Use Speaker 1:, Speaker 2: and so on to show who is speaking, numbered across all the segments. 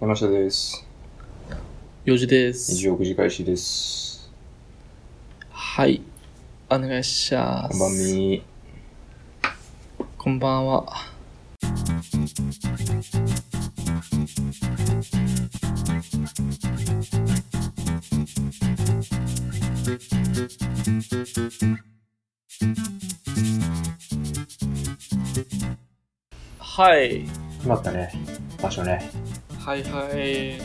Speaker 1: 山下です。
Speaker 2: 4時です。
Speaker 1: 26時開始です。
Speaker 2: はい。お願いしま
Speaker 1: こ
Speaker 2: す。
Speaker 1: んばんみ。
Speaker 2: こんばんは。はい。
Speaker 1: 決まったね。場所ね。
Speaker 2: はいはい。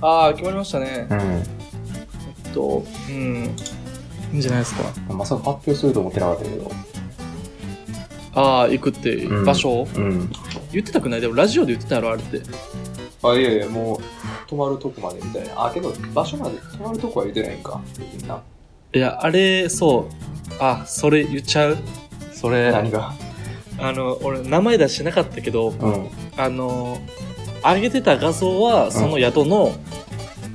Speaker 2: ああ、決まりましたね
Speaker 1: う。
Speaker 2: えっと、うん。いいんじゃないですか。
Speaker 1: ん。まさか発表すると思ってなかったけど。
Speaker 2: ああ、行くって
Speaker 1: うん
Speaker 2: 場所、
Speaker 1: うん。
Speaker 2: 言ってたくないでもラジオで言ってたやろあれって
Speaker 1: あ、いやいや、もう、泊まるとこまでみたいな。あ、けど、場所まで、泊まるとこは言ってないんか。みんな。
Speaker 2: いやあれそうあそれ言っちゃうそれ
Speaker 1: 何が
Speaker 2: あの俺名前出してなかったけど
Speaker 1: うん。
Speaker 2: あの上げてた画像はその宿の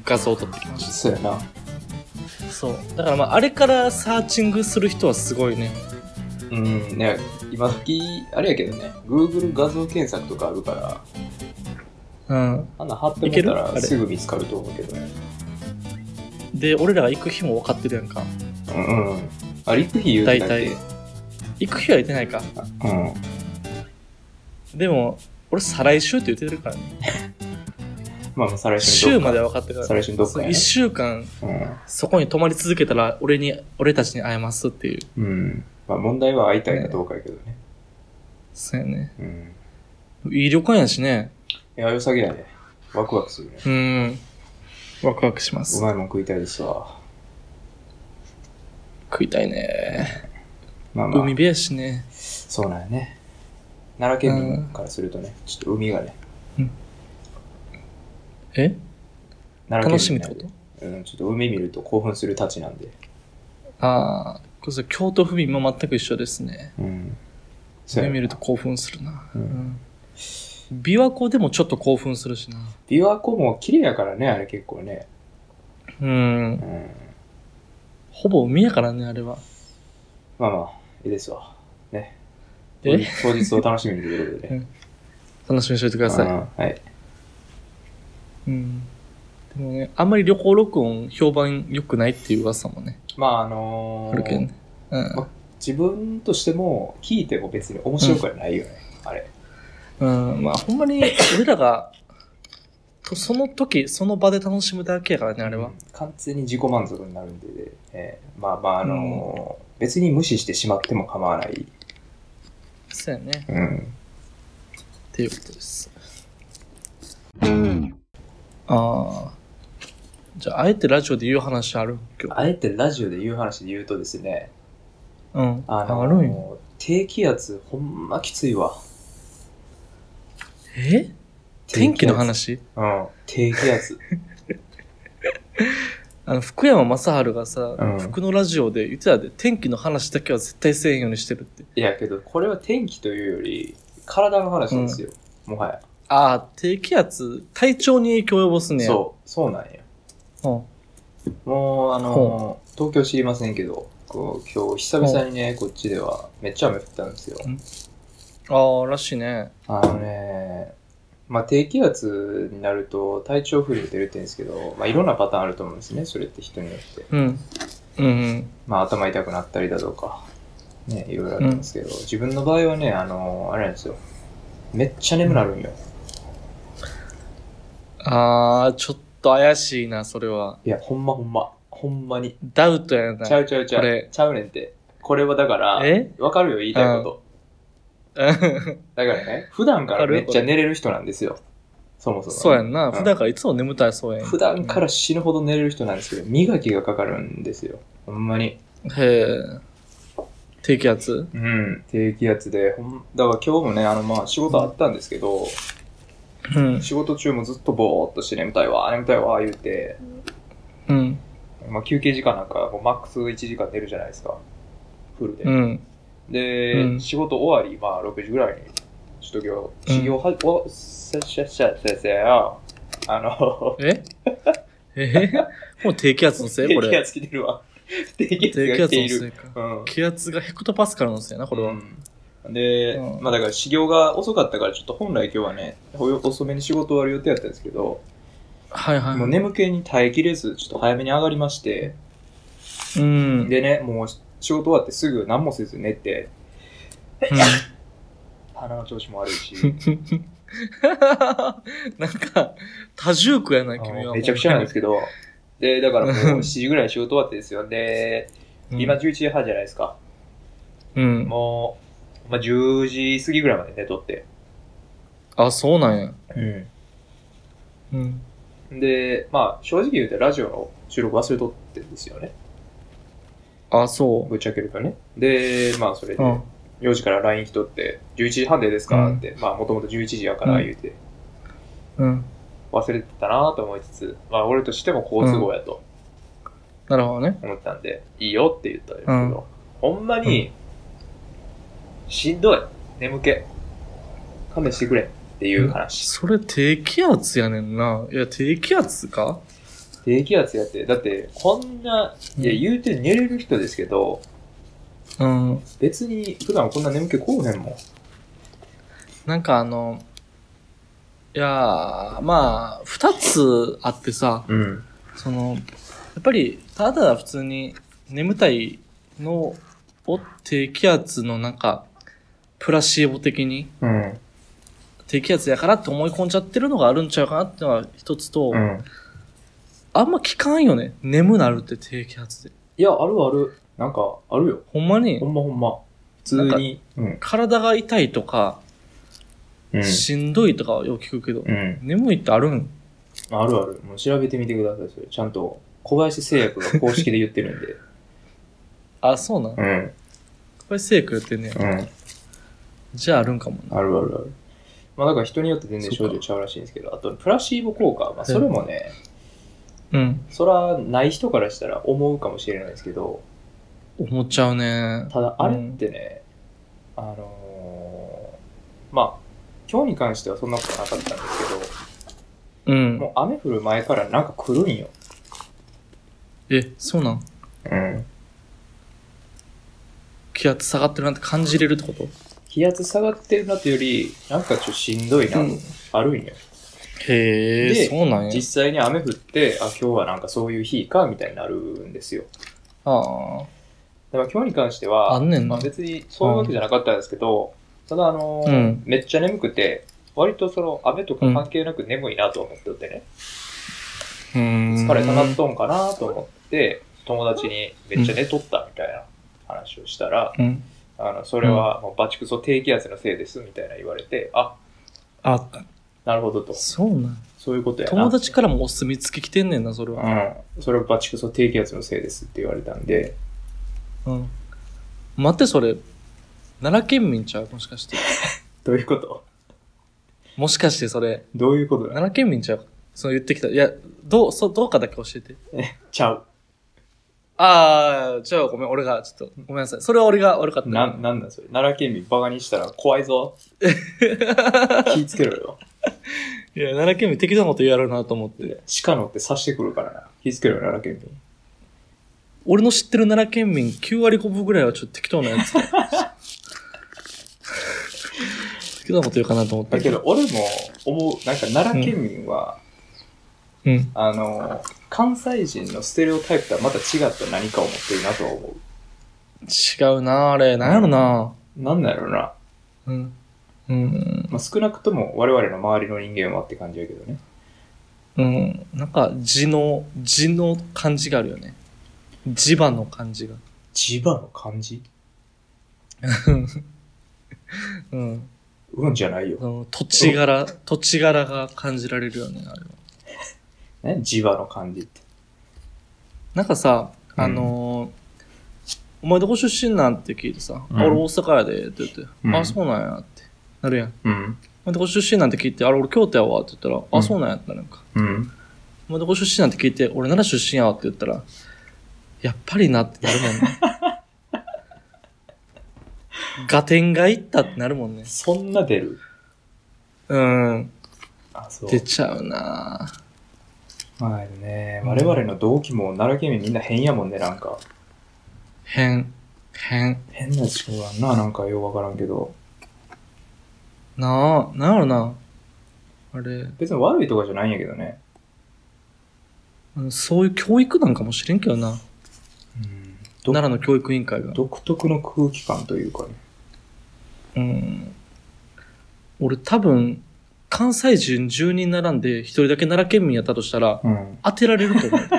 Speaker 2: 画像を撮ってきまし
Speaker 1: そうやな。
Speaker 2: た、そうだからまああれからサーチングする人はすごいね
Speaker 1: うん。ね、今時、あれやけどね、Google 画像検索とかあるから、
Speaker 2: うん
Speaker 1: あんな貼って
Speaker 2: いけ
Speaker 1: み
Speaker 2: る
Speaker 1: た
Speaker 2: あ
Speaker 1: ら
Speaker 2: れ
Speaker 1: すぐ見つかると思うけどね。
Speaker 2: で俺らが行く日も分かってるやんか
Speaker 1: うんうん。あ、陸費言うてたっけ
Speaker 2: 行く日は行ってないか
Speaker 1: うん。
Speaker 2: でも俺再来週って言ってるからね
Speaker 1: まあ、まあ再来週
Speaker 2: 週
Speaker 1: にど
Speaker 2: ま
Speaker 1: っか
Speaker 2: では分かってるか
Speaker 1: 再来週にどっ
Speaker 2: ら
Speaker 1: か
Speaker 2: そう
Speaker 1: や
Speaker 2: 1週間
Speaker 1: ね。
Speaker 2: そこに泊まり続けたら俺に俺たちに会えますっていう
Speaker 1: うん。うん。まあ、問題は会いたいかどうかやけどね。
Speaker 2: そうやね
Speaker 1: うん。
Speaker 2: いい旅館やしね
Speaker 1: いや、良さげやね。ワクワクするね。
Speaker 2: うんワクワクしま
Speaker 1: う
Speaker 2: す
Speaker 1: まいもん食いたいですわ。
Speaker 2: 食いたいね
Speaker 1: まあま
Speaker 2: 海
Speaker 1: あ、
Speaker 2: 辺やしね
Speaker 1: そうなんやね。奈良県民からするとね、ちょっと海がね、
Speaker 2: え
Speaker 1: 奈良
Speaker 2: 楽
Speaker 1: 県
Speaker 2: し
Speaker 1: 民
Speaker 2: みっ
Speaker 1: な
Speaker 2: て
Speaker 1: ん
Speaker 2: こ
Speaker 1: で
Speaker 2: と
Speaker 1: うん、ちょっと海見ると興奮するたちなんで。
Speaker 2: ああこれ京都府民も全く一緒ですね
Speaker 1: うん。
Speaker 2: そ
Speaker 1: そう
Speaker 2: れ
Speaker 1: や
Speaker 2: 見ると興奮するな、
Speaker 1: う
Speaker 2: うんん琵琶湖でもちょっと興奮するしな
Speaker 1: 琵琶湖も綺麗やからね、あれ結構ね。
Speaker 2: うん
Speaker 1: うん。
Speaker 2: ほぼ海やからねあれは
Speaker 1: まあまあ、いいですわ。ね。
Speaker 2: え
Speaker 1: 当日を楽しみにということで ね。
Speaker 2: 楽しみにしといてください
Speaker 1: うんはい。
Speaker 2: うんでもねあんまり旅行録音評判良くないっていう噂もね
Speaker 1: まあ、あの
Speaker 2: あ
Speaker 1: ー
Speaker 2: るけどねうん
Speaker 1: 自分としても聞いても別に面白くはないよね、あれ。
Speaker 2: うん、まあほんまに俺らが、とその時、その場で楽しむだけやからね、あれは。
Speaker 1: 完全に自己満足になるんで、えーまあまあ、あのー別に無視してしまっても構わない、
Speaker 2: そうやね。
Speaker 1: うん、
Speaker 2: っていうことです。ああ。じゃあ、あえてラジオで言う話ある今日。
Speaker 1: あえてラジオで言う話で言うとですね、
Speaker 2: うん。
Speaker 1: あのー
Speaker 2: あるんや
Speaker 1: 低気圧ほんまきついわ。
Speaker 2: え天気の
Speaker 1: 低気圧
Speaker 2: 話
Speaker 1: うん、低気圧。
Speaker 2: あの、福山雅治がさ、
Speaker 1: うん
Speaker 2: 福のラジオで言ってたで、天気の話だけは絶対せえへんようにしてるって。
Speaker 1: いやけど、これは天気というより、体の話なんですよ、もはや。
Speaker 2: ああ、低気圧、体調に影響を及ぼすね。
Speaker 1: そう、そうなんや。
Speaker 2: う。うん。
Speaker 1: もう、あの
Speaker 2: ほ
Speaker 1: ー東京知りませんけど、こう今日久々にね、こっちではめっちゃ雨降ったんですよ。
Speaker 2: ああ、らしいね。
Speaker 1: あのね、まあ、低気圧になると体調不良出るって言うんですけど、まあ、いろんなパターンあると思うんですね、それって人によって。
Speaker 2: うん。うん、うん。
Speaker 1: まあ、頭痛くなったりだとか、ね、いろいろあるんですけど、自分の場合はね、あの、あれなんですよ。めっちゃ眠くなるんよ。
Speaker 2: あー、ちょっと怪しいな、それは。
Speaker 1: いや、ほんまほんま。ほんまに。
Speaker 2: ダウトやな。
Speaker 1: ちゃうちゃうちゃ
Speaker 2: こ
Speaker 1: う
Speaker 2: れ。
Speaker 1: ちゃうねんって。これはだから、
Speaker 2: え
Speaker 1: わかるよ、言いたいこと。だからね、普段からめっちゃ寝れる人なんですよ。そもそも。
Speaker 2: そうやんな。
Speaker 1: ん
Speaker 2: 普段からいつも眠たいそうやん。
Speaker 1: 普段から死ぬほど寝れる人なんですけど、磨きがかかるんですよ。ほんまに。
Speaker 2: へえ。低気圧
Speaker 1: うん。低気圧で、ほん、だから今日もね、あの、まあ仕事あったんですけど、
Speaker 2: うん。
Speaker 1: 仕事中もずっとぼーっとして眠たいわ、眠たいわ、言うて、
Speaker 2: うん。
Speaker 1: まあ休憩時間なんか、もうマックス1時間寝るじゃないですか。フルで。
Speaker 2: うん。
Speaker 1: で、
Speaker 2: うん
Speaker 1: 仕事終わり、まあ6時ぐらいに、ちょっと今日、修行は、お、せっしゃっしゃっせっせよ。あの、
Speaker 2: ええもう低気圧のせ い
Speaker 1: 低
Speaker 2: こ
Speaker 1: 気
Speaker 2: れ。
Speaker 1: 圧来てるわ。低気圧
Speaker 2: 低気
Speaker 1: が来
Speaker 2: 圧
Speaker 1: てい
Speaker 2: のせ
Speaker 1: る。
Speaker 2: いか。
Speaker 1: うん。
Speaker 2: 気圧がヘクトパスカルのせいやな、これ
Speaker 1: う
Speaker 2: は。
Speaker 1: んで、
Speaker 2: うん
Speaker 1: まあだから始業が遅かったからちょっと本来今日はね、およ遅めに仕事終わる予定だったんですけど、
Speaker 2: はいはい。
Speaker 1: もう眠気に耐えきれず、ちょっと早めに上がりまして、
Speaker 2: うん。
Speaker 1: でね、もう仕事終わってすぐ何もせず寝て、
Speaker 2: うん
Speaker 1: 鼻の調子も悪いし、
Speaker 2: なんか、多重苦やな、君は。
Speaker 1: めちゃくちゃなんです
Speaker 2: け
Speaker 1: けど、で、だからもう
Speaker 2: うん
Speaker 1: 7時 ぐらいに仕事終わってですよ。で、今、11時半じゃないですか。
Speaker 2: うん。
Speaker 1: もう、まあ、10時過ぎぐらいまで寝とって。
Speaker 2: あ、そうなんや。うん。
Speaker 1: で、まあ、正直言うとラジオの収録忘れとってんですよね。
Speaker 2: あ、そ
Speaker 1: ぶっちゃけるとね。で、まあ、それ
Speaker 2: う。う
Speaker 1: で
Speaker 2: ん。、
Speaker 1: 4時から LINE 来とって、11時半でですか
Speaker 2: うん
Speaker 1: って、まあ、もともと11時やから言うて、
Speaker 2: うん。
Speaker 1: 忘れてたなと思いつつ、まあ、俺としても好都合やと
Speaker 2: なるほどね。
Speaker 1: 思ってたんで、いいよって言ったんですけど、ほんまに、しんどい。眠気。勘弁してくれ。っていう話。
Speaker 2: それ低気圧やねんな。いや、低気圧か
Speaker 1: 低気圧やって、だって、こんな、いや、言うて寝れる人ですけど、
Speaker 2: うん。
Speaker 1: 別に普段こんな眠気こうへんもん。
Speaker 2: なんかあの、いやー、まあ、二つあってさ、
Speaker 1: うん。
Speaker 2: その、やっぱり、ただただ普通に眠たいのを低気圧のなんか、プラシーボ的に
Speaker 1: うん。
Speaker 2: 低気圧やからって思い込んじゃってるのがあるんちゃうかなってのは一つと、
Speaker 1: うん。
Speaker 2: あんま聞かんよね。眠なるって低気圧で。
Speaker 1: いや、あるある。なんか、あるよ。
Speaker 2: ほんまに
Speaker 1: ほ、んまほんま。普通に。うん。
Speaker 2: 体が痛いとか、
Speaker 1: うん
Speaker 2: しんどいとかはよく聞くけど、
Speaker 1: うん。
Speaker 2: 眠いってあるん
Speaker 1: あるある。もう調べてみてください、それ。ちゃんと、小林製薬が公式で言ってるんで。
Speaker 2: あ、そうなん。こ
Speaker 1: うん。
Speaker 2: れセイクやってんねや
Speaker 1: うん。
Speaker 2: じゃああるんかもな。
Speaker 1: あるあるある。まあ、だから人によって全然症状ちゃうらしいんですけど、あと、プラシーボ効果。まあ、それもね、
Speaker 2: うん。
Speaker 1: そら、ない人からしたら思うかもしれないですけど、
Speaker 2: 思っちゃうね。
Speaker 1: ただあれってね、あのーまあ今日に関してはそんなことなかったんです
Speaker 2: う
Speaker 1: けど
Speaker 2: ん。
Speaker 1: もう雨降る前からなんか来るんよ、
Speaker 2: え、そうなん。
Speaker 1: うん、
Speaker 2: 気圧下がってるなんて感じれるってこと
Speaker 1: 気圧下がってるなというよりなんかちょっとしんどいな、
Speaker 2: うん
Speaker 1: あるんよ
Speaker 2: へ
Speaker 1: で
Speaker 2: え、そうなんや
Speaker 1: 実。際に雨降ってあ今日はなんかそういう日かみたいになるんですよ
Speaker 2: ああ。
Speaker 1: だから今日に関しては
Speaker 2: あんねん
Speaker 1: ま
Speaker 2: な
Speaker 1: あ、別にそういうわけじゃなかったんですけど、ただあのー
Speaker 2: うん
Speaker 1: めっちゃ眠くて割とその雨とか関係なく眠いなと思っておってね、
Speaker 2: うーん。
Speaker 1: 疲れたなっとんかなと思って、友達にめっちゃ寝とったみたいな話をしたら、
Speaker 2: うん。
Speaker 1: あの、それはもうバチクソ低気圧のせいですみたいな言われて、あ、
Speaker 2: あ、
Speaker 1: なるほどと。
Speaker 2: そうなん。
Speaker 1: そういうことやな。
Speaker 2: 友達からもお墨付き来てんねんな、それは。
Speaker 1: うん。それはバチクソ低気圧のせいですって言われたんで、
Speaker 2: うん。待って、それ。奈良県民ちゃうもしかして。
Speaker 1: どういうこと
Speaker 2: もしかして、それ。
Speaker 1: どういうことだ
Speaker 2: 奈良県民ちゃうそう言ってきた。いや、どう、そう、どうかだけ教えて。
Speaker 1: ちゃう。
Speaker 2: ああ、じゃあごめん、俺が、ちょっと、ごめんなさい。それは俺が悪かった。
Speaker 1: な、なんだそれ。奈良県民バカにしたら怖い ぞ。気ぃつけろよ。
Speaker 2: いや、奈良県民適当なこと言うやろうなと思って。
Speaker 1: 鹿乗って刺してくるからな。気ぃつけろよ、奈良県民。
Speaker 2: 俺の知ってる奈良県民9割5分ぐらいはちょっと適当な やつ。適当なこと言うかなと思った
Speaker 1: だけ
Speaker 2: けど。
Speaker 1: ど、俺も思う、なんか奈良県民は、
Speaker 2: うん。
Speaker 1: あの、関西人のステレオタイプとはまた違った何かを持ってるなとは思う。
Speaker 2: 違うな、あれ。なんやろな。
Speaker 1: なんだろうな。
Speaker 2: うん。うん。
Speaker 1: まあ、少なくとも我々の周りの人間はって感じやけどね。
Speaker 2: うん。なんか、字の、字の感じがあるよね。磁場の感じが。
Speaker 1: 磁場の感じ
Speaker 2: うん。
Speaker 1: うんじゃないよ
Speaker 2: そ。の土地柄、土地柄が感じられるよね、あれは。
Speaker 1: ね、磁場の感じって。
Speaker 2: なんかさ、
Speaker 1: うん
Speaker 2: あのーお前どこ出身なんって聞いてさ、
Speaker 1: うん
Speaker 2: あ俺大阪やで、って言って、
Speaker 1: うん
Speaker 2: あ、そうなんやってなるやん。
Speaker 1: うん。
Speaker 2: お前どこ出身なんて聞いて、あれ俺京都やわって言ったら、
Speaker 1: うん
Speaker 2: あ、そうなんやってなるんか。
Speaker 1: うん。
Speaker 2: お前どこ出身なんて聞いて、俺奈良出身やわって言ったら、やっぱりなってなる もんね。ガテンがいったってなるもんね。
Speaker 1: そんな出る
Speaker 2: うん。
Speaker 1: あ、そう。
Speaker 2: 出ちゃうなぁ
Speaker 1: まあね、我々の同期も奈良県民みんな変やもんね、なんか。
Speaker 2: 変。変。
Speaker 1: 変な時間があんな、なんかようわからんけど。
Speaker 2: なあ、なんやろな。あれ、
Speaker 1: 別に悪いとかじゃないんやけどね。
Speaker 2: うんそういう教育なんかもしれんけどな。
Speaker 1: うん。ど
Speaker 2: 奈良の教育委員会が。
Speaker 1: 独特の空気感というかね。
Speaker 2: うん。俺多分、関西人10人並んで一人だけ奈良県民やったとしたら、
Speaker 1: うん。
Speaker 2: 当てられると思 う。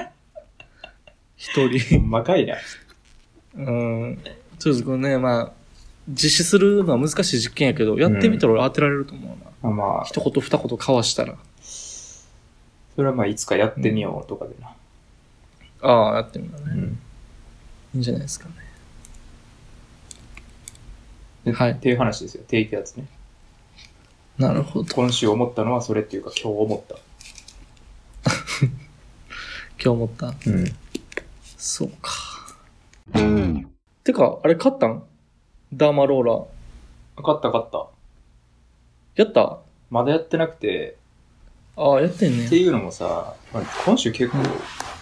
Speaker 1: ほ
Speaker 2: 一人。
Speaker 1: んまかいな。
Speaker 2: うん。ちょっとこれね、まあ、実施するのは難しい実験やけど、やってみたら俺当てられると思うな。
Speaker 1: あまあ、
Speaker 2: 一言二言交わしたら。
Speaker 1: それはまあいつかやってみようとかでな。
Speaker 2: ああ、やってみたね。
Speaker 1: うん。
Speaker 2: いいんじゃないですかね。
Speaker 1: で
Speaker 2: はい
Speaker 1: っていう話ですよ。低気圧ね。
Speaker 2: なるほど。
Speaker 1: 今週思ったのはそれっていうか今日思っ
Speaker 2: 今日思った。
Speaker 1: た。うん。
Speaker 2: そうか。てか、あれ買ったんダーマローラー。
Speaker 1: 勝った勝った。
Speaker 2: やった
Speaker 1: まだやってなくて、
Speaker 2: ああ、やってん
Speaker 1: って
Speaker 2: ね。
Speaker 1: いうのもさ、今週結構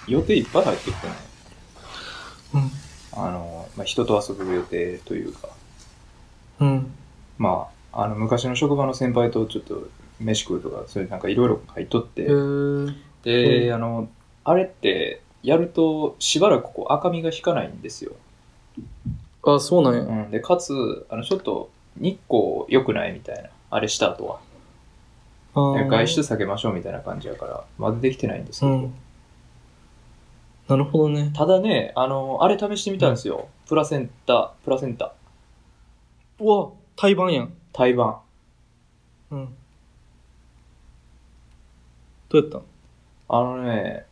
Speaker 1: 予定いっぱい入ってきてない
Speaker 2: うん。
Speaker 1: あの、まあ、人と遊ぶ予定というか、
Speaker 2: うん。
Speaker 1: まあ、あの、昔の職場の先輩とちょっと飯食うとか、そういうなんかいろいろ入っとって、
Speaker 2: へー
Speaker 1: で、
Speaker 2: う
Speaker 1: あの、あれって、やるとしばらくこう赤みが引かないんですよ。
Speaker 2: ああ、そうなん
Speaker 1: う
Speaker 2: や。
Speaker 1: ん、で、かつ、あの、ちょっと日光良くないみたいな、あれした後は。
Speaker 2: あー
Speaker 1: 外出避けましょうみたいな感じやから、まだできてないんですけ
Speaker 2: う
Speaker 1: ど。
Speaker 2: ん。なるほどね。
Speaker 1: ただね、あの、あれ試してみたんですよ。プラセンタ、プラセンタ、
Speaker 2: うわ、胎盤やん。
Speaker 1: 胎盤。
Speaker 2: うん。どうやったん
Speaker 1: あのね、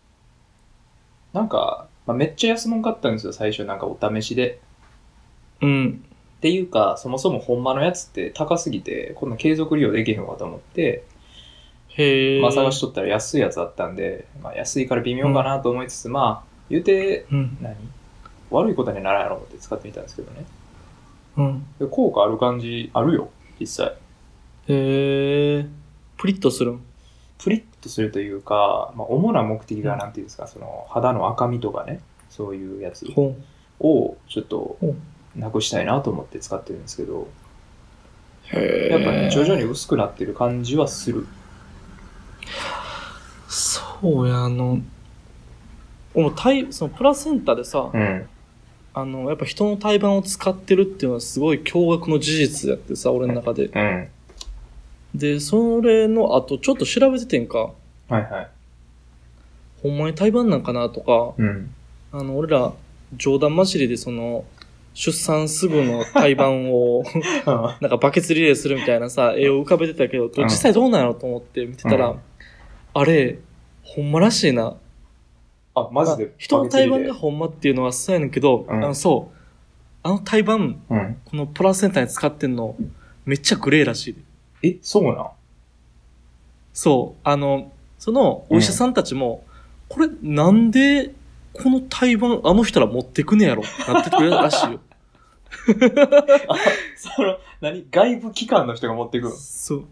Speaker 1: なんか、まあ、めっちゃ安もんかったんですよ、最初なんかお試しで。
Speaker 2: うん。
Speaker 1: っていうか、そもそもほんまのやつって高すぎて、こんな継続利用できへんわと思って、
Speaker 2: へえ。
Speaker 1: まあ探しとったら安いやつあったんで、まあ安いから微妙かなと思いつつ、まあ言うて、
Speaker 2: うん。
Speaker 1: 何悪いことにはならんやろ思って使ってみたんですけどね。
Speaker 2: うん。
Speaker 1: で効果ある感じあるよ、実際。
Speaker 2: へえ。プリッとするん。
Speaker 1: プリッとするというか、まあ主な目的がなんていうんですか、その肌の赤みとかね、そういうやつ
Speaker 2: ほん。
Speaker 1: をちょっと
Speaker 2: うん
Speaker 1: なくしたいなと思って使ってるんですけど、
Speaker 2: へ
Speaker 1: やっぱね、徐々
Speaker 2: に。
Speaker 1: に薄くなってる感じはする。
Speaker 2: そうや、あの、俺も胎、そのプラセンタでさ、
Speaker 1: うん。
Speaker 2: あの、やっぱ人の胎盤を使ってるっていうのはすごい驚愕の事実やってさ、俺の中で。
Speaker 1: うん。
Speaker 2: で、それの後、ちょっと調べててんか、
Speaker 1: はいはい。
Speaker 2: ほんまに胎盤なんかなとか、
Speaker 1: うん。
Speaker 2: あの、俺ら、冗談交じりでその、出産すぐの胎盤を、 なんかバケツリレーするみたいなさ、絵を浮かべてたけど、
Speaker 1: ん
Speaker 2: 実際どうなんやろと思って見てたら、
Speaker 1: うん
Speaker 2: あれ、ほんまらしいな。
Speaker 1: あ、マジ
Speaker 2: まあ
Speaker 1: で
Speaker 2: 人の胎盤が
Speaker 1: バケツ
Speaker 2: ほんまっていうのはそうやねんけど、
Speaker 1: うん
Speaker 2: あのそう。あの胎盤、
Speaker 1: 入れうん。
Speaker 2: このプラセンタに使ってんの、めっちゃグレーらしいで。
Speaker 1: え、そうなん
Speaker 2: そう。あの、その、お医者さんたちも、これなんで、この胎盤、あの人ら持ってくねやろなってくれたら しいよ。
Speaker 1: その、何外部機関の人が持っていくの
Speaker 2: そう。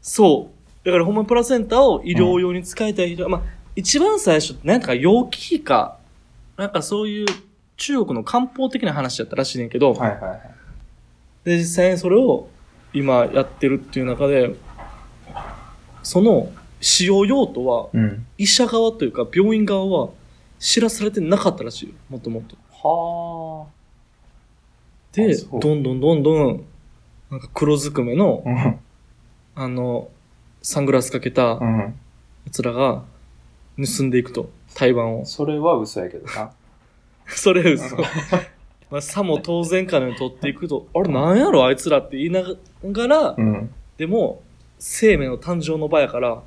Speaker 2: そう。だからほんまプラセンタを医療用に使いたい人、まあ、一番最初、なんか陽気比か、なんかそういう中国の漢方的な話だったらしいねんけど、
Speaker 1: はいはいはい。
Speaker 2: で、実際にそれを今やってるっていう中で、その使用用途は
Speaker 1: うん。
Speaker 2: 医者側というか病院側は知らされてなかったらしいよ、もともと。
Speaker 1: は
Speaker 2: で
Speaker 1: あそ、う
Speaker 2: どんどんどんどん、なんか黒ずくめの
Speaker 1: あ。、うん。
Speaker 2: あの、サングラスかけた、
Speaker 1: うん。
Speaker 2: 奴らが盗んでいくと、台湾を。
Speaker 1: それは嘘やけどな。
Speaker 2: それ嘘。 まあ、さも当然かのように取っていくと、あれなんやろあいつらって言いながら、
Speaker 1: うん。
Speaker 2: でも、生命の誕生の場やから、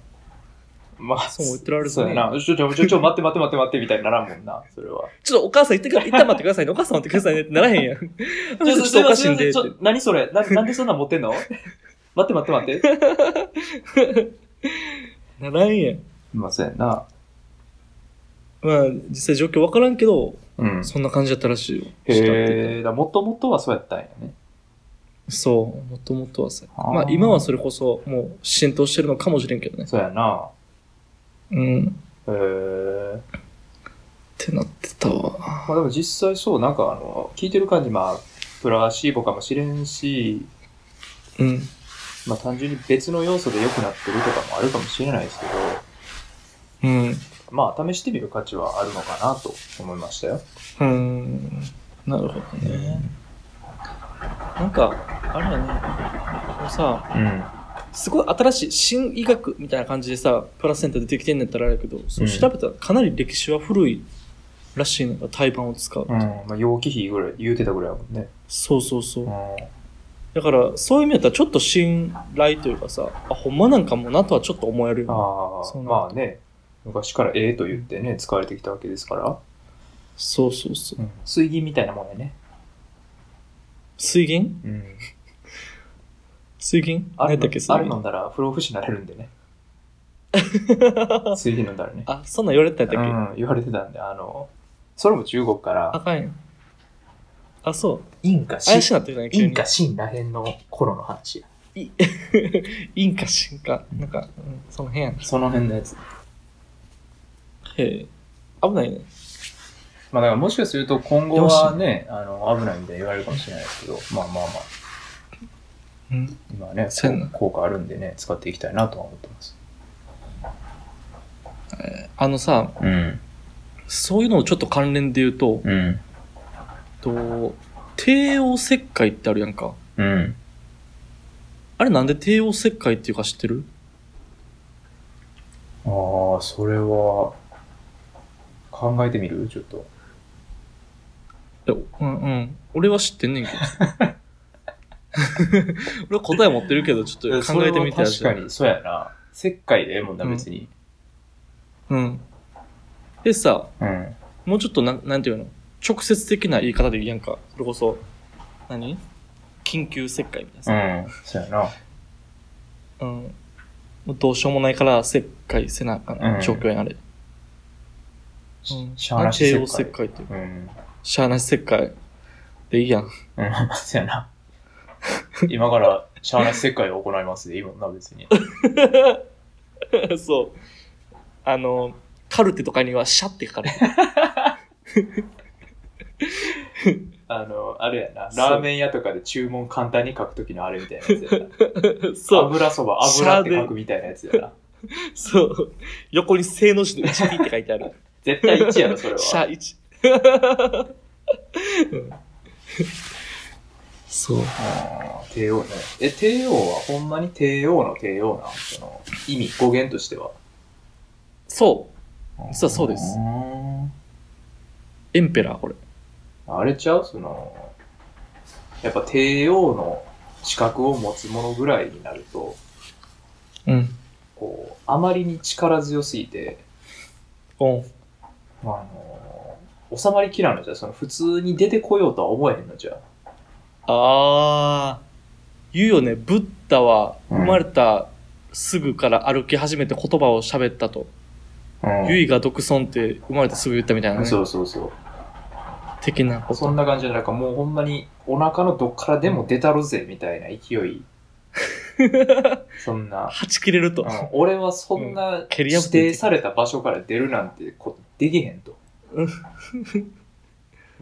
Speaker 1: まあ、
Speaker 2: そうも言ってられるね
Speaker 1: そうやな。ちょ、ちょ、ちょ、ちょ、待って待って待って待ってみたいにならんもんな、それは。
Speaker 2: ちょっとお母さん行ってください、一旦待ってくださいね、お母さん待ってくださいねってならへん やん。 ちょっとおかしいんでって
Speaker 1: ち。ょ、何それな、なんでそんなん持ってんの 待って待って待って。
Speaker 2: ならへんやん。
Speaker 1: まあ、そうやな。
Speaker 2: まあ、実際状況わからんけど、
Speaker 1: うん。
Speaker 2: そんな感じだったらしいよ。
Speaker 1: へえ、だもともとはそうやったんやね。
Speaker 2: そう、もともとはさ。
Speaker 1: あー
Speaker 2: まあ、今はそれこそ、もう浸透してるのかもしれんけどね。
Speaker 1: そうやな。
Speaker 2: うん。
Speaker 1: へえ。
Speaker 2: ってなってたわ。
Speaker 1: まあでも実際そう、なんかあの、聞いてる感じ、まあ、プラシーボかもしれんし、
Speaker 2: うん。
Speaker 1: まあ単純に別の要素で良くなってるとかもあるかもしれないですけど、
Speaker 2: うん。
Speaker 1: まあ試してみる価値はあるのかなと思いましたよ。
Speaker 2: うん。なるほどね。なんか、あれだね。このさ、
Speaker 1: うん。
Speaker 2: すごい新しい新医学みたいな感じでさ、プラセンタ出てきてんねったらあれやけど、そう
Speaker 1: うん
Speaker 2: 調べたらかなり歴史は古いらしいねんか、胎盤を使う。
Speaker 1: うん。まあ容器費ぐらい、言うてたぐらいだもんね。
Speaker 2: そうそうそう。
Speaker 1: う
Speaker 2: だから、そういう意味だったらちょっと信頼というかさ、あ、ほんまなんかもなとはちょっと思えるよ
Speaker 1: ん。
Speaker 2: ね。
Speaker 1: あ
Speaker 2: そ
Speaker 1: あ、
Speaker 2: うなんだ
Speaker 1: まあね、昔からええと言ってね、使われてきたわけですから。
Speaker 2: そうそうそう。
Speaker 1: 水銀みたいなもんやね。
Speaker 2: 水銀
Speaker 1: うん。
Speaker 2: 水銀
Speaker 1: あれ
Speaker 2: 何やったっけ
Speaker 1: あ
Speaker 2: 水
Speaker 1: れ飲
Speaker 2: 銀
Speaker 1: んだら不老不死になれるんでね。水銀飲んだらね。
Speaker 2: あ、そんなん言われてたん
Speaker 1: う
Speaker 2: やったっけ、
Speaker 1: ん、言われてたんで、あの、それも中国か
Speaker 2: あ
Speaker 1: ら、
Speaker 2: かんやん。あ、そう。
Speaker 1: インカ
Speaker 2: 怪しくなってきたね、
Speaker 1: イ
Speaker 2: 急に
Speaker 1: ン。カシンらへんの頃の話や。
Speaker 2: インかシンか。なんか、うん、その辺やな。
Speaker 1: その辺のやつ。
Speaker 2: へえ。危ないね。
Speaker 1: まあだからもしかすると今後はね、あの、危ないみたいに言われるかもしれないですけど、まあまあまあ、
Speaker 2: うん。
Speaker 1: 今はね
Speaker 2: そうやな、
Speaker 1: 効果あるんでね、使っていきたいなとは思ってます。
Speaker 2: あのさ、
Speaker 1: うん、
Speaker 2: そういうのをちょっと関連で言うと、
Speaker 1: うん、
Speaker 2: と、帝王切開ってあるやんか。
Speaker 1: うん。
Speaker 2: あれなんで帝王切開っていうか知ってる
Speaker 1: ああ、それは、考えてみるちょっと。
Speaker 2: いやうんうん。俺は知ってんねんけど。 俺は答え持ってるけど、ちょっと考えてみてや
Speaker 1: 確かに、そうやな。石灰でええもんな、
Speaker 2: うん
Speaker 1: 別に。
Speaker 2: うん。でさ、
Speaker 1: うん。
Speaker 2: もうちょっとなん、なんていうの直接的な言い方で言うやんか。それこそ、何緊急切開みたいな
Speaker 1: うん、
Speaker 2: さ。
Speaker 1: そうやな。
Speaker 2: うん。もうどうしようもないから切開せなあか
Speaker 1: うん
Speaker 2: ん状況やん、あれ。うん。
Speaker 1: しゃあなし
Speaker 2: 帝
Speaker 1: 石
Speaker 2: 王切
Speaker 1: 灰。
Speaker 2: 開っていう。
Speaker 1: うん。
Speaker 2: しゃあなし切開。でいいやん。
Speaker 1: うん、そうやな。今から、シャーラス世界を行いますで、いいもんな、別に。
Speaker 2: そう。あの、カルテとかにはシャって書かれてる。
Speaker 1: あの、あれやな、
Speaker 2: そう
Speaker 1: ラーメン屋とかで注文簡単に書くときのあれみたいなやつやな。
Speaker 2: そう。
Speaker 1: 油そば、油って書くみたいなやつやな。
Speaker 2: そう。横に正の字の 1P って書いてあ る。
Speaker 1: 絶対1やろ、 それ
Speaker 2: シャ
Speaker 1: は。
Speaker 2: 1。そう。
Speaker 1: あー帝王ね。え、帝王はほんまに帝王の帝王なんその、意味、語源としては。
Speaker 2: そう。実はそうです
Speaker 1: ーん。
Speaker 2: エンペラー、これ。
Speaker 1: あれちゃうその、やっぱ帝王の資格を持つ者ぐらいになると、
Speaker 2: うん。
Speaker 1: こう、あまりに力強すぎて、
Speaker 2: おん。
Speaker 1: まあ、あの収まりきらんのじゃ、その普通に出てこようとは思えへんのじゃ。
Speaker 2: あー。言うよね、ブッダは
Speaker 1: うん
Speaker 2: 生まれたすぐから歩き始めて言葉を喋ったと。
Speaker 1: うん
Speaker 2: ユイが独尊って生まれてすぐ言ったみたいなね。
Speaker 1: そうそうそ
Speaker 2: 的なこ
Speaker 1: う。そん
Speaker 2: と。
Speaker 1: な感じで、なんかもうほんまにお腹のどっからでも出たるぜ、みたいな勢い。そんな。
Speaker 2: はち切れると。
Speaker 1: うん俺はそんな
Speaker 2: 蹴り破っ
Speaker 1: 指定
Speaker 2: て
Speaker 1: された場所から出るなんてことできへんと
Speaker 2: う。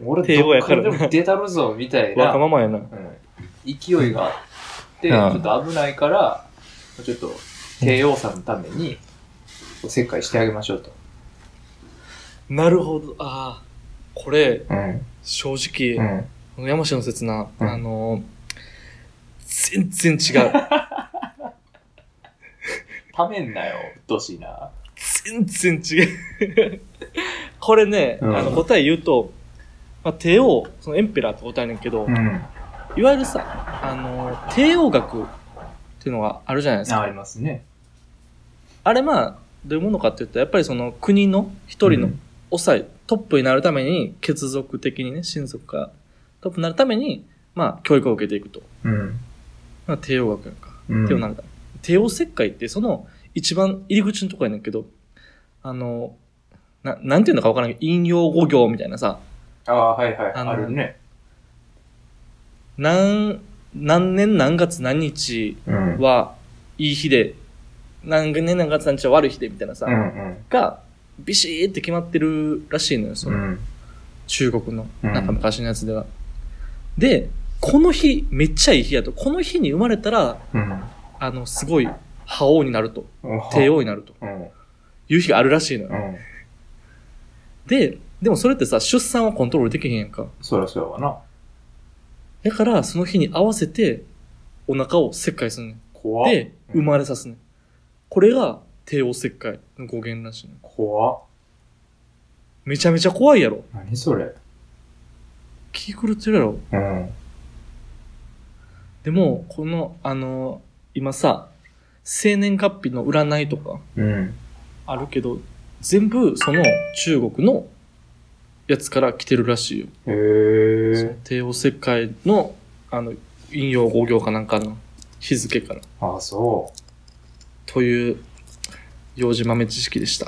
Speaker 1: 俺
Speaker 2: 帝王
Speaker 1: どっ
Speaker 2: や
Speaker 1: か
Speaker 2: からら
Speaker 1: で
Speaker 2: な
Speaker 1: も出たるぞ、みたいな
Speaker 2: わ。がままやな。
Speaker 1: うん、勢いがあって、
Speaker 2: うん
Speaker 1: ちょっと危ないから、ちょっと帝王さんのために、切開してあげましょうと。
Speaker 2: なるほど。あー。これ、
Speaker 1: うん。
Speaker 2: 正直、
Speaker 1: うん。
Speaker 2: 山下の刹那、
Speaker 1: うん
Speaker 2: あのー、全然違 う。
Speaker 1: ためんなよ、うっとうしいな。
Speaker 2: 全然違う。 これね、
Speaker 1: うん
Speaker 2: あの答え言うと、まあ、帝王、そのエンペラーって答えやねんけど、
Speaker 1: ん。
Speaker 2: いわゆるさ、あのー、帝王学っていうのがあるじゃないですか。
Speaker 1: ありますね。
Speaker 2: あれまあ、どういうものかって言ったら、やっぱりその国の一人の
Speaker 1: うん
Speaker 2: 抑え、トップになるために、血族的にね、親族がトップになるために、まあ、教育を受けていくと。
Speaker 1: うん。
Speaker 2: まあ、帝王学やんか。
Speaker 1: うん
Speaker 2: 帝王なんか、帝王切開ってその一番入り口のとこやねんけど、あの、な、なんていうのかわからんけど、引用語行みたいなさ、
Speaker 1: ああ、はいはい。
Speaker 2: あの
Speaker 1: あるね。
Speaker 2: 何、何年何月何日
Speaker 1: うん
Speaker 2: は、いい日で、何年何月何日は悪い日でみたいなさ、
Speaker 1: うん
Speaker 2: が、ビシーって決まってるらしいのよ、その、
Speaker 1: ん。
Speaker 2: 中国の、
Speaker 1: うん
Speaker 2: なんか昔のやつでは。で、この日、めっちゃいい日やと。この日に生まれたら、
Speaker 1: うん。
Speaker 2: あの、すごい、覇王になると。帝王になると
Speaker 1: うん。
Speaker 2: いう日があるらしいの
Speaker 1: う
Speaker 2: よ。
Speaker 1: ん。
Speaker 2: で、でもそれってさ、出産はコントロールできへんやんか。
Speaker 1: そりゃそうやわな。
Speaker 2: だから、その日に合わせて、お腹を切開するねん。
Speaker 1: 怖っ。
Speaker 2: で、
Speaker 1: うん
Speaker 2: 生まれさすねん。これが、帝王切開の語源らしいの。
Speaker 1: 怖っ。
Speaker 2: めちゃめちゃ怖いやろ。
Speaker 1: 何それ。
Speaker 2: 気狂ってるやろ。
Speaker 1: うん。
Speaker 2: でも、この、あの、今さ、生年月日の占いとか
Speaker 1: うん。
Speaker 2: あるけど、全部その中国のやつから来てるらしいよ。
Speaker 1: へ
Speaker 2: その
Speaker 1: え。
Speaker 2: 帝王切開の、あの、引用語行かなんかの日付から。
Speaker 1: あ、そ
Speaker 2: という、幼児豆知識でした。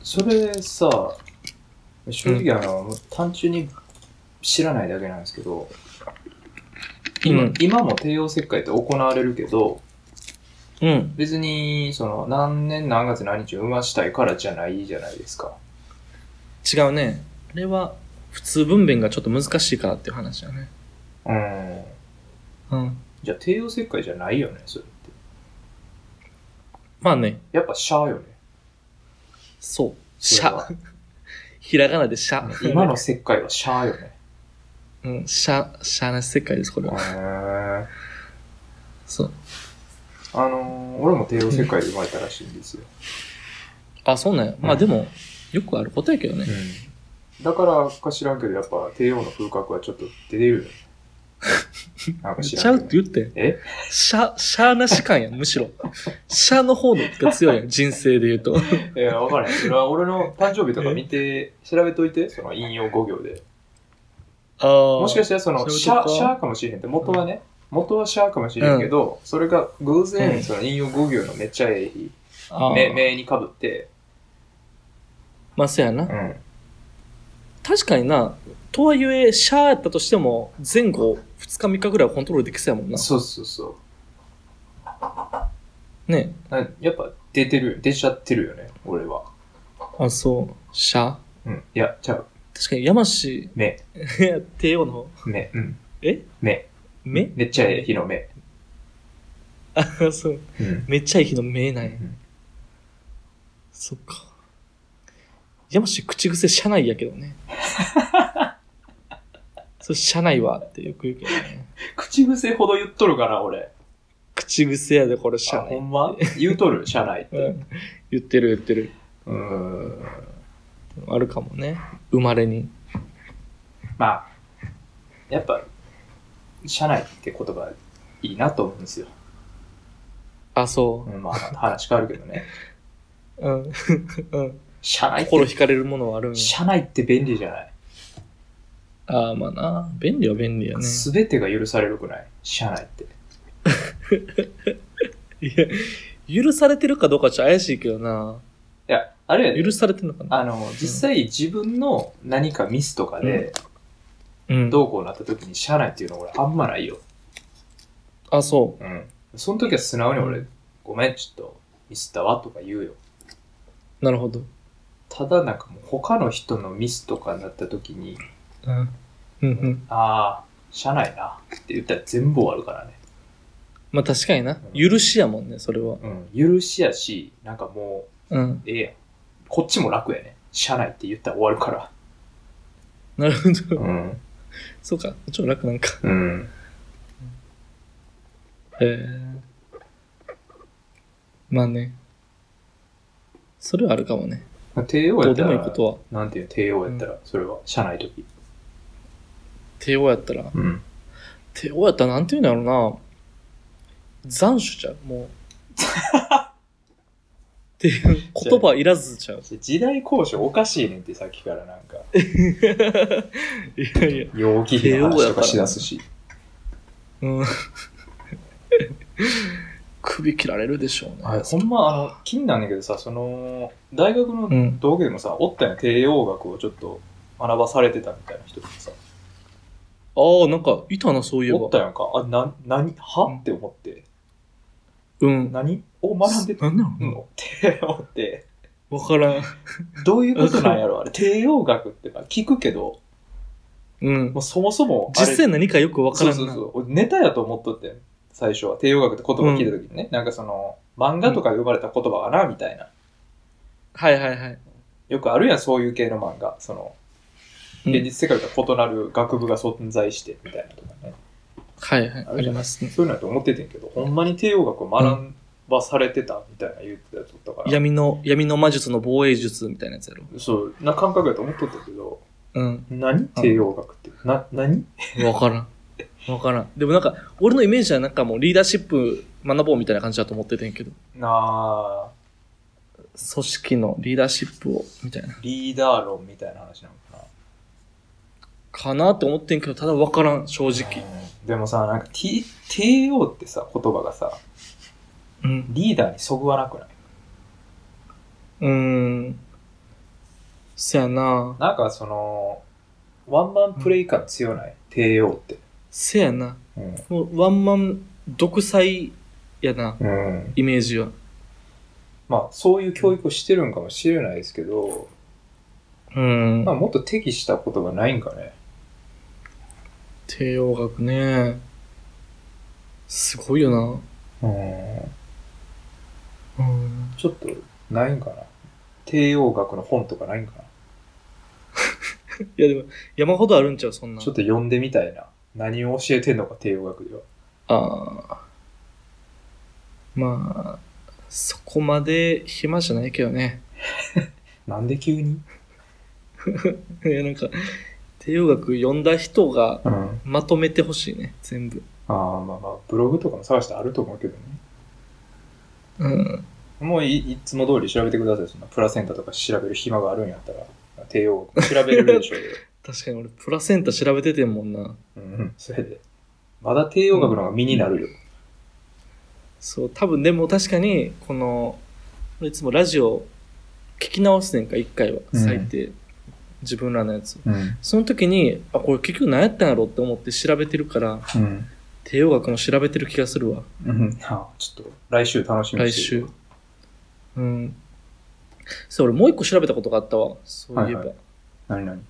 Speaker 1: う。それさ、正直あの、単純に知らないだけなんですけど、今、
Speaker 2: うん
Speaker 1: 今も帝王切開って行われるけど、
Speaker 2: うん。
Speaker 1: 別に、その、何年何月何日産ましたいからじゃないじゃないですか。
Speaker 2: 違うね。あれは、普通分娩がちょっと難しいからっていう話だね。
Speaker 1: うん。
Speaker 2: うん。
Speaker 1: じゃあ帝王切開じゃないよね、それって。
Speaker 2: まあね、
Speaker 1: やっぱシャーよね。
Speaker 2: そう。
Speaker 1: そ
Speaker 2: シ
Speaker 1: れ
Speaker 2: ャ
Speaker 1: は。
Speaker 2: ひらがなでシャ。
Speaker 1: 今の切開はシャーよね。
Speaker 2: うん、シャ、シャーなし世界です、これ
Speaker 1: へ
Speaker 2: は。
Speaker 1: ー
Speaker 2: そう。
Speaker 1: あのー、俺も帝王切開で生まれたらしいんですよ。
Speaker 2: あ、そうなんや。ま
Speaker 1: う
Speaker 2: あ
Speaker 1: ん
Speaker 2: でも、よくあることやけどね。
Speaker 1: うん。だからか知らんけど、やっぱ帝王の風格はちょっと出てるよ ね。なんか知
Speaker 2: ち
Speaker 1: ら
Speaker 2: ゃ
Speaker 1: ん
Speaker 2: うっ
Speaker 1: けど。
Speaker 2: て言って。
Speaker 1: え
Speaker 2: シャ、シャーな し感やん、むしろ。シャーの方のが強いやん、人生で言うと。
Speaker 1: いや、わからへん。それは俺の誕生日とか見て、調べといて、その引用5行で。
Speaker 2: ああ。
Speaker 1: もしか
Speaker 2: し
Speaker 1: したらその
Speaker 2: そういう
Speaker 1: シャ
Speaker 2: こと
Speaker 1: シャーかもしれへんって元はね、元はシャーかもしれへんけど、それが偶
Speaker 2: う
Speaker 1: 然
Speaker 2: ん
Speaker 1: その引用5行のめっちゃええ日、
Speaker 2: たら
Speaker 1: め名にかぶって、
Speaker 2: まあ、そうやな。
Speaker 1: うん、
Speaker 2: 確かにな、とはいえ、シャーやったとしても、前後2日3日ぐらいはコントロールできそうやもんな。
Speaker 1: そうそうそ
Speaker 2: ね。
Speaker 1: うなやっぱ出てる出ちゃってるよね俺は、
Speaker 2: あ、そう。シャー
Speaker 1: うん、いやちゃう
Speaker 2: 確かに山氏、
Speaker 1: 目
Speaker 2: 帝王の方。
Speaker 1: 目うん
Speaker 2: え
Speaker 1: 目
Speaker 2: 目
Speaker 1: めっちゃええ日の目、
Speaker 2: あ、そう。
Speaker 1: うん
Speaker 2: めっちゃいい日の目な
Speaker 1: うん
Speaker 2: や。
Speaker 1: ん、
Speaker 2: そっか。山氏、口癖、社内やけ どね。そう、社内はってよく言うけどね。
Speaker 1: 口癖ほど言っとるかな俺
Speaker 2: 口癖やで、これ、
Speaker 1: あ
Speaker 2: 社
Speaker 1: ほ
Speaker 2: 内。
Speaker 1: んま言うとる社内って
Speaker 2: うん。言ってる言ってる。
Speaker 1: うーん
Speaker 2: あるかもね。生まれに。
Speaker 1: まあやっぱ社内って言葉いいなと思うんですよ、
Speaker 2: あ、そ
Speaker 1: うん、まあ話変わるけど ね
Speaker 2: う。うん。 うん。
Speaker 1: 社内って
Speaker 2: 心惹かれるものはあるんや。
Speaker 1: 社内って便利じゃない
Speaker 2: ああ、まあな。便利は便利やね。
Speaker 1: すべ、全てが許されるくない社内って。
Speaker 2: いや、許されてるかどうかちょっと怪しいけどな。
Speaker 1: いや、あれやで
Speaker 2: 許されてんのかな
Speaker 1: あの、実際自分の何かミスとかで
Speaker 2: うん。
Speaker 1: どうこうなった時に社内っていうの俺あんまないよ。
Speaker 2: あ、そ
Speaker 1: うん。その時は素直に俺、
Speaker 2: う
Speaker 1: ごめん、ちょっとミスったわとか言うよ。
Speaker 2: う。なるほど。
Speaker 1: ただなんかもう他の人のミスとかになった時に、
Speaker 2: うん。うんうん。
Speaker 1: ああ、社内なって言ったら全部終わるからね。
Speaker 2: まあ確かにな。
Speaker 1: うん
Speaker 2: 許しやもんね、それは。
Speaker 1: うん。許しやし、なんかも
Speaker 2: うん。
Speaker 1: う、ええやん。こっちも楽やね。社内って言ったら終わるから。
Speaker 2: なるほど。
Speaker 1: うん。
Speaker 2: そうか。ちょっと楽なんか。
Speaker 1: うん。
Speaker 2: へえ。まあね。それはあるかもね。
Speaker 1: 帝王
Speaker 2: ど
Speaker 1: や
Speaker 2: う
Speaker 1: った
Speaker 2: で
Speaker 1: ら、
Speaker 2: もいいことは。
Speaker 1: なんていうの帝王やったら、それは、社内時。
Speaker 2: 帝王やったら。
Speaker 1: うん。
Speaker 2: 帝王やったらなんて言うんだろうな。残暑ちゃうもう。っていう言葉いらずちゃう。
Speaker 1: 時代交渉おかしいねんって、さっきからなんか、
Speaker 2: いやいや。
Speaker 1: 容器費の話とかしだすし。
Speaker 2: うん。首切られるでしょうね。
Speaker 1: あほんま、あの、気になんねんけどさ、その、大学
Speaker 2: う
Speaker 1: の
Speaker 2: ん。
Speaker 1: 同級でもさ、おったんやん、帝王学をちょっと学ばされてたみたいな人がさ、
Speaker 2: ああ、なんか、いたな、そういえば。
Speaker 1: おったやんか、あ、な、なに、
Speaker 2: うん
Speaker 1: はって思って、
Speaker 2: うん。
Speaker 1: 何を学んでた
Speaker 2: なんだろうな
Speaker 1: のって思って、
Speaker 2: わからん。
Speaker 1: どういうことなんやろあれ。帝王学ってまあ聞くけど、
Speaker 2: うん
Speaker 1: もう。そもそもあれ。
Speaker 2: 実践何かよくわからんな。
Speaker 1: そうそうそう。俺ネタやと思っとってん最初は。帝王学って言葉聞いた時にね、なんかその、漫画とかで生まれた言葉かな、みたいな。
Speaker 2: はいはいはい。
Speaker 1: よくあるやん、そういう系の漫画。その、
Speaker 2: うん
Speaker 1: 現実世界とは異なる学部が存在して、みたいなとかね。
Speaker 2: はいはい。
Speaker 1: あ
Speaker 2: あ
Speaker 1: るじ
Speaker 2: り
Speaker 1: ゃん
Speaker 2: ますね。
Speaker 1: そういうのやと思っててんけど、ほんまに帝王学を学ばされてた、みたいな言ってたやつだから。
Speaker 2: 闇の、闇の魔術の防衛術みたいなやつやろ。
Speaker 1: そう、な感覚やと思っとったけど、
Speaker 2: うん。
Speaker 1: 何帝王学って。な、何
Speaker 2: わからん。わからん。でもなんか、俺のイメージはなんかもうリーダーシップ学ぼうみたいな感じだと思っててんけど。
Speaker 1: なあ
Speaker 2: 組織のリーダーシップを、みたいな。
Speaker 1: リーダー論みたいな話なのかな。
Speaker 2: かなって思ってんけど、ただわからん、正直。
Speaker 1: うんでもさ、なんか、T、帝王ってさ、言葉がさ、
Speaker 2: うん。
Speaker 1: リーダーにそぐわなくないう
Speaker 2: ーん。そやな
Speaker 1: なんかその、ワンマンプレイ感強ない、帝王って。
Speaker 2: せやな。
Speaker 1: うん。
Speaker 2: もうワンマン独裁やな、
Speaker 1: うん。
Speaker 2: イメージは。
Speaker 1: まあ、そういう教育をしてるんかもしれないですけど、
Speaker 2: うん
Speaker 1: まあ、。もっと適したことがないんかね。
Speaker 2: 帝王学ね。すごいよ
Speaker 1: うん。
Speaker 2: な。うん。
Speaker 1: ちょっと、ないんかな。帝王学の本とかないんかな。
Speaker 2: いやでも、山ほどあるんちゃう、そんな
Speaker 1: ちょ。っと読んでみたいな。何を教えてんのか、帝王学では。
Speaker 2: ああ。まあ、そこまで暇じゃないけどね。
Speaker 1: なんで急に
Speaker 2: いや、なんか、帝王学読んだ人が
Speaker 1: うん。あ
Speaker 2: まとめてほしいね、全部。
Speaker 1: あ、まあまあ、ブログとかも探してあると思うけどね。
Speaker 2: うん。
Speaker 1: もういいつも通り調べてください。そんなプラセンタとか調べる暇があるんやったら、帝王学調べれるで しょうよ。
Speaker 2: 確かに俺、プラセンタ調べててんもんな。
Speaker 1: うん、それで。まだ帝王学の方が身になるよ。
Speaker 2: そう、多分でも確かに、この、俺いつもラジオ聞き直すねんか、一回は。
Speaker 1: うん
Speaker 2: 最低。自分らのやつ。
Speaker 1: うん。
Speaker 2: その時に、あ、これ結局何やったんやろって思って調べてるから、
Speaker 1: うん。
Speaker 2: 帝王学も調べてる気がするわ。
Speaker 1: うん。あちょっと、来週楽しみに
Speaker 2: 来
Speaker 1: してる
Speaker 2: 週。。うん。そう、俺もう一個調べたことがあったわ。そういえば。
Speaker 1: はいは何何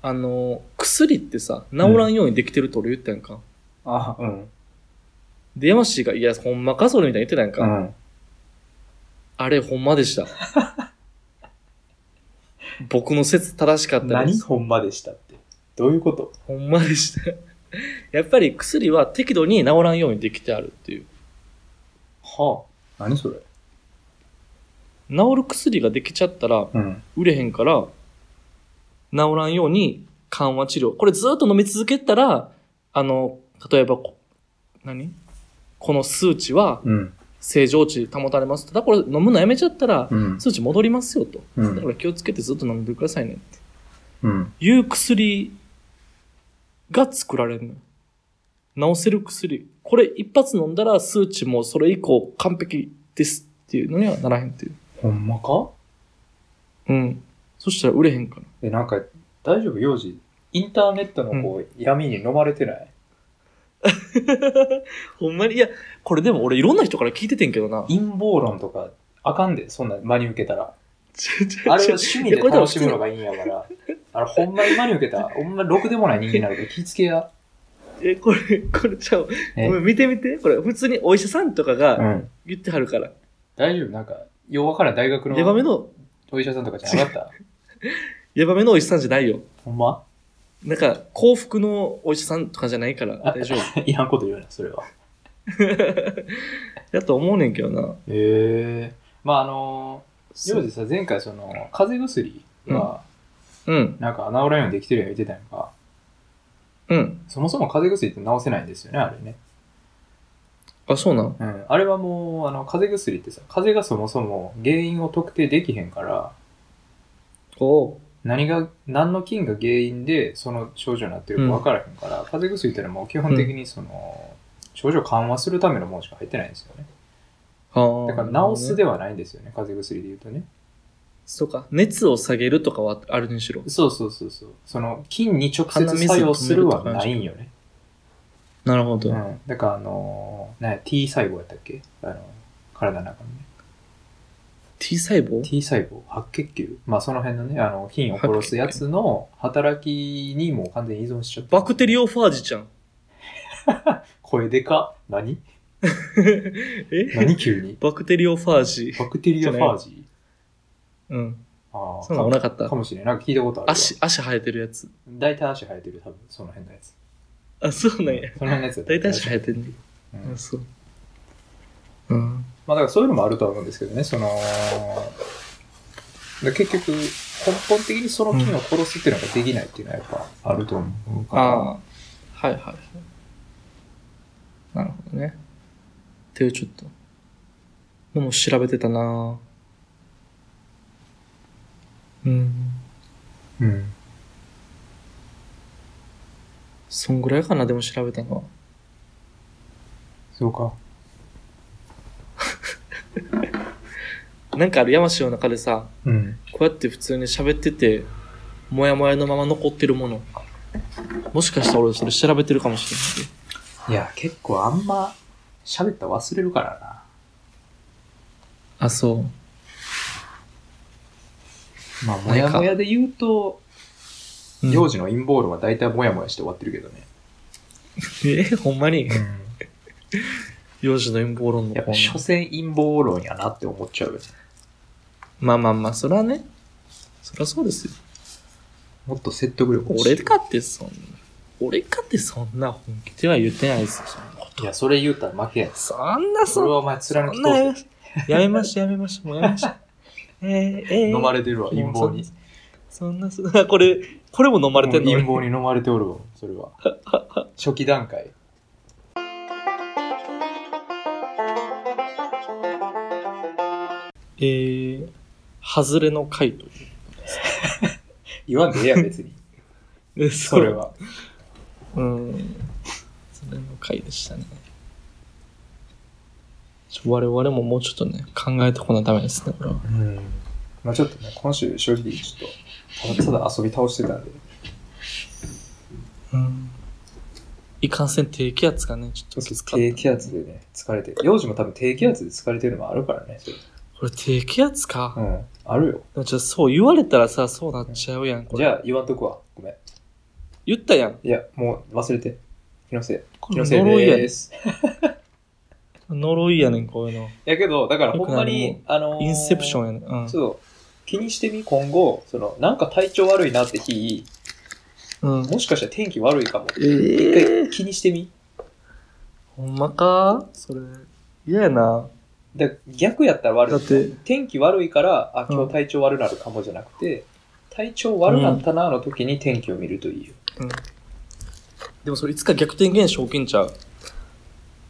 Speaker 2: あの、薬ってさ、治らんようにできてるって俺言ったやんか。
Speaker 1: あ、うん。
Speaker 2: で、山氏が、いや、ほんまかそれみたいに言ってたやん
Speaker 1: う
Speaker 2: か。
Speaker 1: ん。
Speaker 2: あれ、ほんまで した。僕の説正しかったで
Speaker 1: 何
Speaker 2: す。
Speaker 1: ほんまでしたって。どういうこと
Speaker 2: ほんまでした。やっぱり薬は適度に治らんようにできてあるっていう。
Speaker 1: はあ。何それ
Speaker 2: 治る薬ができちゃったら、
Speaker 1: うん。
Speaker 2: 売れへんから、治らんように緩和治療。これずっと飲み続けたら、あの、例えばこ、何この数値は
Speaker 1: うん。
Speaker 2: 正常値保たれますと。だからこれ飲むのやめちゃったら
Speaker 1: う、ん。
Speaker 2: 数値戻りますよと。
Speaker 1: う
Speaker 2: だか
Speaker 1: ん。
Speaker 2: ら気をつけてずっと飲んでくださいねって。
Speaker 1: うん。
Speaker 2: いう薬が作られるのよ。治せる薬。これ一発飲んだら数値もそれ以降完璧ですっていうのにはならへんっていう。
Speaker 1: ほんまか
Speaker 2: うん。そしたら売れへんから。
Speaker 1: え、なんか、大丈夫幼児。インターネットのこう、闇に飲まれてない
Speaker 2: ほんまに、いや、これでも俺いろんな人から聞いててんけどな。
Speaker 1: 陰謀論とか、あかんで、そんな真に受けた ら。
Speaker 2: ちょちょちょ
Speaker 1: あれを趣味で
Speaker 2: いやこれ多分
Speaker 1: 楽しむのがいいんやから。あれ、ほんまに真に受けたら、ほんまろくでもない人間になる から気ぃつけや。
Speaker 2: え、これ、これちゃう。
Speaker 1: え
Speaker 2: ごめん、見て見て。これ、普通にお医者さんとかが
Speaker 1: ん。
Speaker 2: 言ってはるから。
Speaker 1: 大丈夫なんか、弱からん大学
Speaker 2: ヤバめ
Speaker 1: の
Speaker 2: の、
Speaker 1: お医者さんとかじゃなか った
Speaker 2: ヤバめのお医者さんじゃないよ。
Speaker 1: ほんま
Speaker 2: なんか、幸福のお医者さんとかじゃないから大丈夫。
Speaker 1: いらんこと言うな、それは。
Speaker 2: やと思うねんけどな。
Speaker 1: へえまあ、あのー、幼児さ、前回その、風邪薬が、
Speaker 2: うん、
Speaker 1: なんか穴裏にできてるやん言ってたやんか。
Speaker 2: うん。
Speaker 1: そもそも風邪薬って治せないんですよね、あれね。
Speaker 2: あ、そうなん。
Speaker 1: うん。あれはもう、あの、風邪薬ってさ、風邪がそもそも原因を特定できへんから、
Speaker 2: おお
Speaker 1: 何が、何の菌が原因でその症状になってるか分からへんから、風邪薬ってのはもう基本的にその、症状緩和するためのものしか入ってないんですよね。
Speaker 2: はあ。
Speaker 1: だから治すではないんですよね、風邪薬で言うとね。
Speaker 2: そうか。熱を下げるとかはあるにしろ。
Speaker 1: そうそうそうそう。その、菌に直接作用するはないんよね。
Speaker 2: なるほど。
Speaker 1: うん。だからあのー、ね、T 細胞やったっけあの、体の中にね。
Speaker 2: T T 細胞
Speaker 1: T 細胞、白血球。まあ、その辺のね、あの、菌を殺すやつの働きにもう完全に依存しちゃってる。
Speaker 2: バクテリオファージちゃん。
Speaker 1: 声でか何
Speaker 2: え
Speaker 1: 何急に
Speaker 2: バクテリオファージ。
Speaker 1: バクテリアファージ
Speaker 2: うん。
Speaker 1: ああ、
Speaker 2: そんなのなかった
Speaker 1: か。もしれない。なんか聞いたことある。
Speaker 2: 足、。足生えてるやつ。
Speaker 1: 大体足生えてる、多分、その辺のやつ。
Speaker 2: あ、そうなんや。
Speaker 1: その辺のやつ
Speaker 2: 大体足生えてるね。
Speaker 1: うん
Speaker 2: あそう。うん。
Speaker 1: まあだからそういうのもあるとは思うんですけどね、その、で結局、根本的にその菌を殺すっていうのができないっていうのはやっぱあると思うから、
Speaker 2: ああ。はいはいはい。なるほどね。っていうちょっと、のも調べてたなうん。
Speaker 1: うん。
Speaker 2: そんぐらいかな、でも調べたのは。
Speaker 1: そうか。
Speaker 2: なんかある山師の中でさ、
Speaker 1: うん。
Speaker 2: こうやって普通に喋ってて、もやもやのまま残ってるもの。もしかしたら俺それ調べてるかもしれない。
Speaker 1: いや、結構あんま喋ったら忘れるからな。
Speaker 2: あ、そう。
Speaker 1: まあ、も
Speaker 2: ないか
Speaker 1: やもやで言うと、
Speaker 2: うん
Speaker 1: 幼児の陰謀論は大体もやもやして終わってるけどね。
Speaker 2: え、ほんまに
Speaker 1: ん。
Speaker 2: 幼児の陰謀論の
Speaker 1: やっ
Speaker 2: コ
Speaker 1: ぱ、
Speaker 2: ーナ
Speaker 1: 所
Speaker 2: ー。
Speaker 1: 詮陰謀論やなって思っちゃうよね。
Speaker 2: まあまあまあ、それはね。そりゃそうですよ。
Speaker 1: もっと説得力欲しい
Speaker 2: 俺かってそんな、俺かってそんな本気では言ってないですよ、そんなこと
Speaker 1: いや、それ言うたら負けや。
Speaker 2: そんな
Speaker 1: そ
Speaker 2: そ
Speaker 1: れ
Speaker 2: ん
Speaker 1: はお前貫
Speaker 2: な、
Speaker 1: き通せ。
Speaker 2: やめました、やめました、もうやめました。えー、え ー、
Speaker 1: 飲まれてるわ、陰謀に。
Speaker 2: そんな、そんな、 これ、これも飲まれてんの
Speaker 1: 陰謀に飲まれておるわ、それ は。初期段階。
Speaker 2: えー、外れの回とい
Speaker 1: 言わんでえ えやん、別に。
Speaker 2: う。え
Speaker 1: それ。は。
Speaker 2: うん。外れの回でしたね。ちょ我々ももうちょっとね、考えてこなダメですね、これは。
Speaker 1: うん。まあちょっとね、今週、正直ちょっと、ただただ遊び倒してたんで。
Speaker 2: うん。いかんせん低気圧がね、ちょっときつかった
Speaker 1: 低気圧でね、疲れて。幼児も多分低気圧で疲れてるのもあるからね。それ
Speaker 2: これ低気圧か。
Speaker 1: うん。あるよ。
Speaker 2: でもちょっとそう言われたらさ、そうなっちゃうやん、こ
Speaker 1: じ
Speaker 2: れ。
Speaker 1: ゃあ、言わんとくわ。ごめん。
Speaker 2: 言ったやん。
Speaker 1: いや、もう忘れて。気のせい。
Speaker 2: こ
Speaker 1: 気
Speaker 2: れ
Speaker 1: のせい
Speaker 2: 呪いやね
Speaker 1: で
Speaker 2: ん。
Speaker 1: す。
Speaker 2: 呪いやねん、こういうの。
Speaker 1: いやけど、だからほんま
Speaker 2: よ
Speaker 1: に、あのー
Speaker 2: インセプションやねん。うん
Speaker 1: そう。気にしてみ、今後、その、なんか体調悪いなって日、。
Speaker 2: うん。
Speaker 1: もしかしたら天気悪いかも。一
Speaker 2: え
Speaker 1: 回気にしてみ。
Speaker 2: ほんまかそれ。嫌やな。
Speaker 1: で逆やったら悪い
Speaker 2: だって
Speaker 1: 天気悪いから、あ、
Speaker 2: うん
Speaker 1: 今日体調悪なるかもじゃなくて、体調悪なったなの時に天気を見るといいよ。
Speaker 2: うん。でもそれいつか逆転現象起きんちゃう。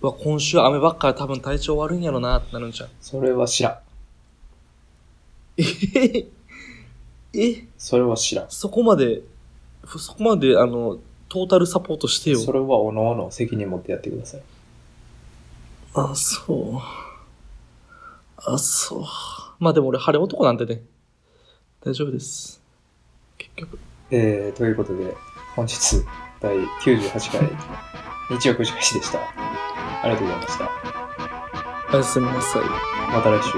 Speaker 2: うわ、今週雨ばっかり多分体調悪いんやろなってなるんちゃう。
Speaker 1: それは知らん。
Speaker 2: えへへえ
Speaker 1: それは知らん。
Speaker 2: そこまで、ふそこまで、あの、トータルサポートしてよ。
Speaker 1: それはおのおの責任持ってやってください。
Speaker 2: あ、そう。あ、そう。まあでも俺、晴れ男なんでね。大丈夫です。結局。
Speaker 1: えー、ということで、本日第98回、日曜9時開始でした。ありがとうございました。
Speaker 2: おやすみなさい。
Speaker 1: また来週。